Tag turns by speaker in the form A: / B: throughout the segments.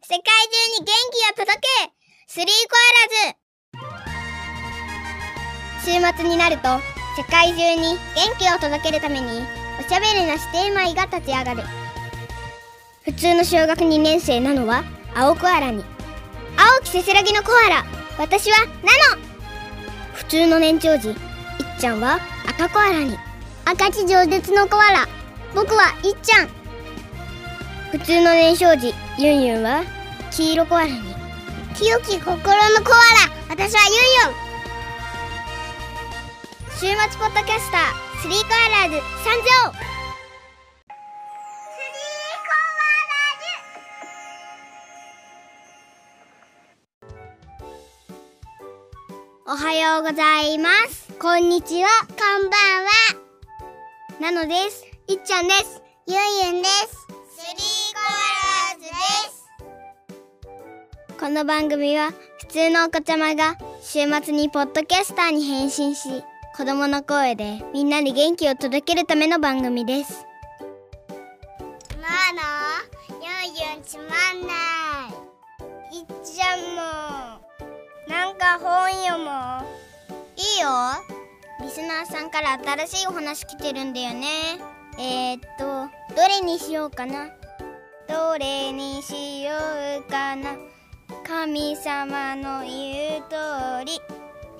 A: 世界中に元気を届けスリーコアラズ週末になると世界中に元気を届けるためにおしゃべりな指定米が立ち上がる普通の小学2年生なのは青コアラに青きせせらぎのコアラ私はナノ普通の年長児いっちゃんは赤コアラに赤地上舌のコアラ僕はいっちゃん普通の年少児ユンユンは黄色コアラに清き心のコアラ私はユンユン週末ポッドキャスタースリーコアラーズ参上おはようございますこんにちはこんばんはなのですいっちゃんですゆんゆんですスリーコアラーズですこの番組は普通のお子ちゃまが週末にポッドキャスターに変身し子供の声でみんなに元気を届けるための番組ですなのゆんゆんつまんないいっちゃんもなんか本読もいいよリスナーさんから新しいお話来てるんだよねえー、っとどれにしようかなどれにしようかな神様の言う通り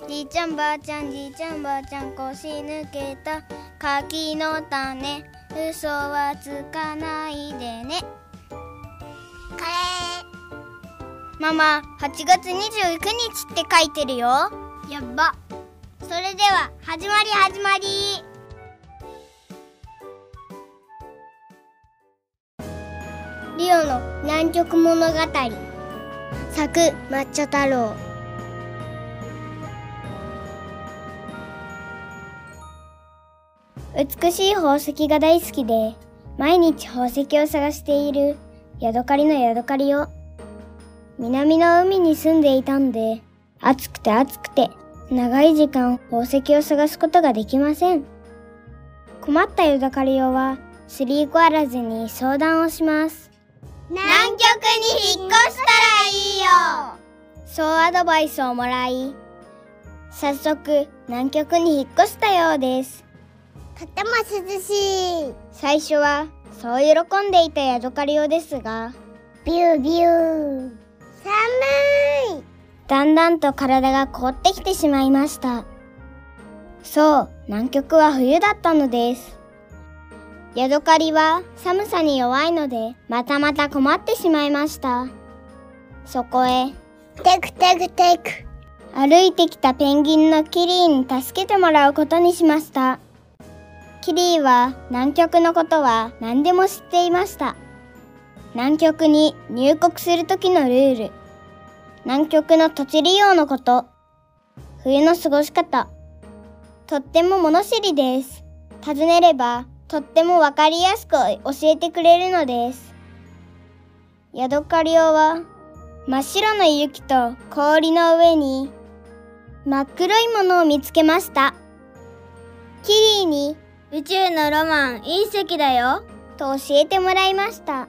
A: じいちゃんばあちゃんじいちゃんばあちゃん腰抜けた柿の種嘘はつかないでねカレーママ8月29日って書いてるよやっばそれでは始まり始まりリオの南極物語作抹茶太郎美しい宝石が大好きで毎日宝石を探しているヤドカリのヤドカリよ南の海に住んでいたんで暑くて暑くて長い時間宝石を探すことができません困ったヤドカリよはスリーコアラズに相談をします南極に引っ越したらいいよそうアドバイスをもらい早速南極に引っ越したようですとても涼しい最初はそう喜んでいたヤドカリオですがビュービュー寒いだんだんと体が凍ってきてしまいましたそう南極は冬だったのですヤドカリは寒さに弱いのでまたまた困ってしまいましたそこへテクテクテク歩いてきたペンギンのキリーに助けてもらうことにしましたキリーは南極のことは何でも知っていました。南極に入国する時のルール、南極の土地利用のこと、冬の過ごし方、とっても物知りです。尋ねればとってもわかりやすく教えてくれるのです。ヤドカリオは真っ白な雪と氷の上に真っ黒いものを見つけました。キリーに宇宙のロマン隕石だよと教えてもらいました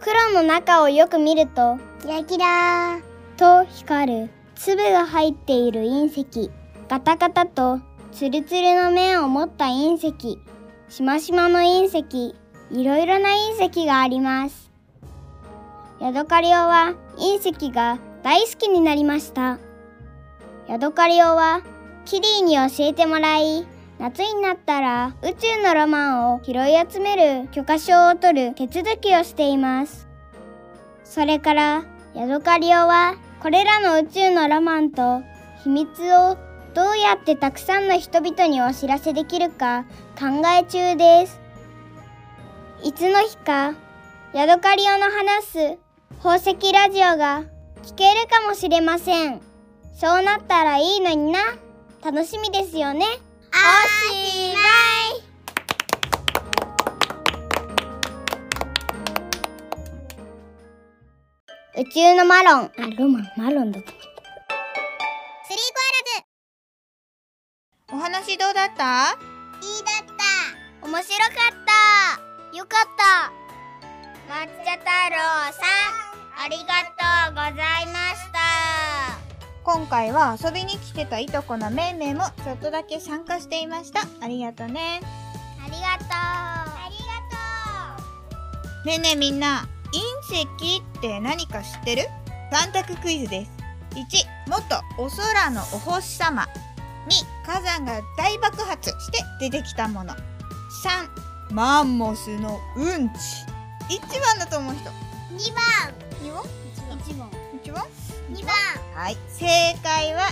A: 黒の中をよく見るとキラキラと光る粒が入っている隕石ガタガタとツルツルの面を持った隕石しましまの隕石いろいろな隕石がありますヤドカリオは隕石が大好きになりましたヤドカリオはキリーに教えてもらい夏になったら宇宙のロマンを拾い集める許可証を取る手続きをしていますそれからヤドカリオはこれらの宇宙のロマンと秘密をどうやってたくさんの人々にお知らせできるか考え中ですいつの日かヤドカリオの話す宝石ラジオが聞けるかもしれませんそうなったらいいのにな楽しみですよねおしまい宇宙のマロンあロマンマロンだとスリー
B: お話どうだっ
A: コアラ
B: た
A: ズいいだった面白かったよかった抹茶太郎さんありがとうございました。
B: 今回は遊びに来てたいとこのめいめいもちょっとだけ参加していました。ありがとね。
A: ありがとう。ありがと
B: ねえねえみんな、隕石って何か知ってる ?3 択クイズです。1、元お空のお星様。2、火山が大爆発して出てきたもの。3、マンモスのうんち。1番だと思う人。
A: う。二番。
B: 2番
A: 一番。
B: ?1 番
A: 二番。
B: はい、正解は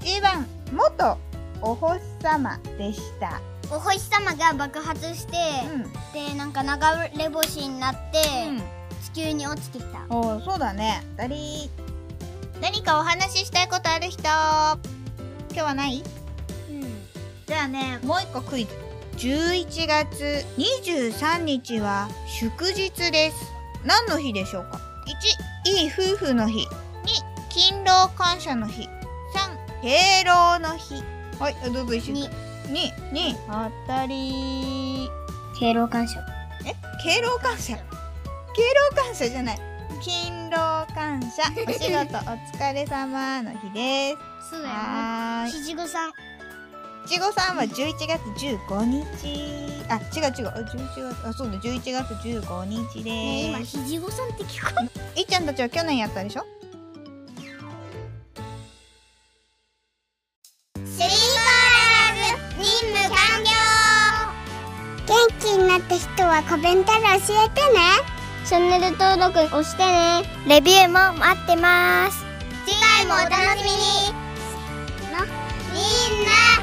B: 1番、元お星様でした。
A: お星様が爆発して、
B: うん。
A: でなんか流れ星になって、地球に落ちてきた。
B: おーそうだねだり何かお話ししたいことある人今日はない
A: うん。
B: じゃあねもう一個クイズ11月23日は祝日です何の日でしょうか1いい夫婦の日2勤労感謝の日3敬老の日はいあどうぞ一緒に
A: に
B: 2に当たり
A: 敬老感謝。
B: え敬老感謝敬老感謝じゃない勤労感謝 お仕事お疲れ様の日です
A: そうだよ
B: は
A: ね。
B: ーい
A: ひじごさん。
B: いちごさんは11月15日あ違う違うあ11月あそうだ11月15日で
A: ねえ今
B: す
A: ひじごさんって聞こえ
B: いっちゃんたちは去年やったでしょ
A: スリーコーラーズ任務完了元気になった人はコメントで教えてねチャンネル登録押してねレビューも待ってます次回もお楽しみにみんな